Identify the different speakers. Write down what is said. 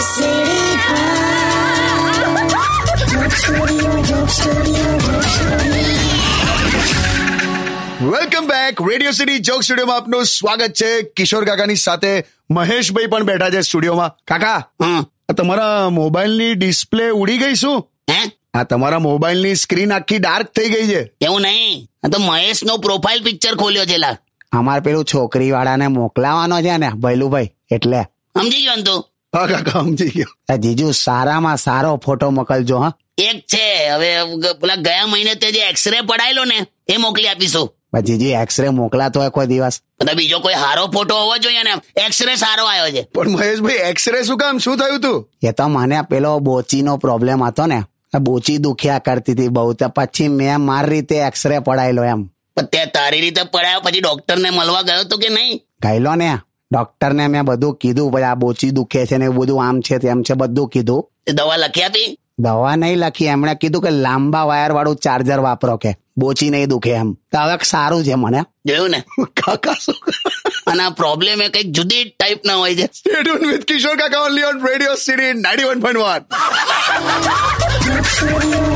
Speaker 1: સીડી
Speaker 2: welcome back Radio City joke સ્ટુડિયોમાં આપનું સ્વાગત છે કિશોર કાકાની સાથે મહેશભાઈ પણ બેઠા છે સ્ટુડિયોમાં કાકા
Speaker 3: હમ
Speaker 2: આ તમારા મોબાઈલની ડિસ્પ્લે ઉડી ગઈ શું
Speaker 3: હે
Speaker 2: આ તમારા મોબાઈલની સ્ક્રીન આખી ડાર્ક થઈ ગઈ છે
Speaker 3: એવું નહીં આ તો મહેશ નો પ્રોફાઇલ પિક્ચર ખોલ્યો છે લા
Speaker 4: અમારે પેલું છોકરી વાળાને મોકલાવાનો છે ને ભૈલુભાઈ એટલે
Speaker 3: સમજી ગયો ને તું
Speaker 2: હા કાકા સમજી ગયો
Speaker 4: આ જીજુ સારામાં સારો ફોટો મોકલજો હા
Speaker 3: એક છે હવે ગ- પેલા ગયા મહિને તે જે એક્સરે પડાયેલો ને એ મોકલી આપીશું
Speaker 4: પણ જીજુ એક્સરે મોકલાતો હોય કોઈ દિવસ
Speaker 3: બધા બીજો કોઈ સારો ફોટો હોવો જોઈએ ને એક્સરે સારો આવ્યો છે
Speaker 2: પણ મહેશભાઈ એક્સરે શું કામ શું થયું તું
Speaker 4: એ તો મને પેલો બોચીનો પ્રોબ્લેમ હતો ને આ બોચી દુખ્યા કરતી હતી બહુ તો પછી મેં મારી રીતે એક્સરે પડાયેલો એમ
Speaker 3: પણ તે તારી રીતે પડાયો પછી ડોક્ટર ને મળવા ગયો તો કે નહીં
Speaker 4: ગયેલો ને ડોક્ટરને મેં બધું કીધું ભાઈ આ બોચી દુખે છે ને એવું બધું આમ છે તેમ છે બધું કીધું
Speaker 3: તે દવા લખી આપી
Speaker 4: દવા નહીં લખી એમણે કીધું કે લાંબા વાયર વાળું ચાર્જર વાપરો કે બોચી નહીં દુખે એમ તો હવે સારું છે મને
Speaker 3: જોયું ને
Speaker 2: કાકા શું
Speaker 3: અને આ પ્રોબ્લેમ એ કઈક જુદી ટાઈપ ના હોય છે
Speaker 2: stay tune with Kishore Kaka only on Radio City 91.1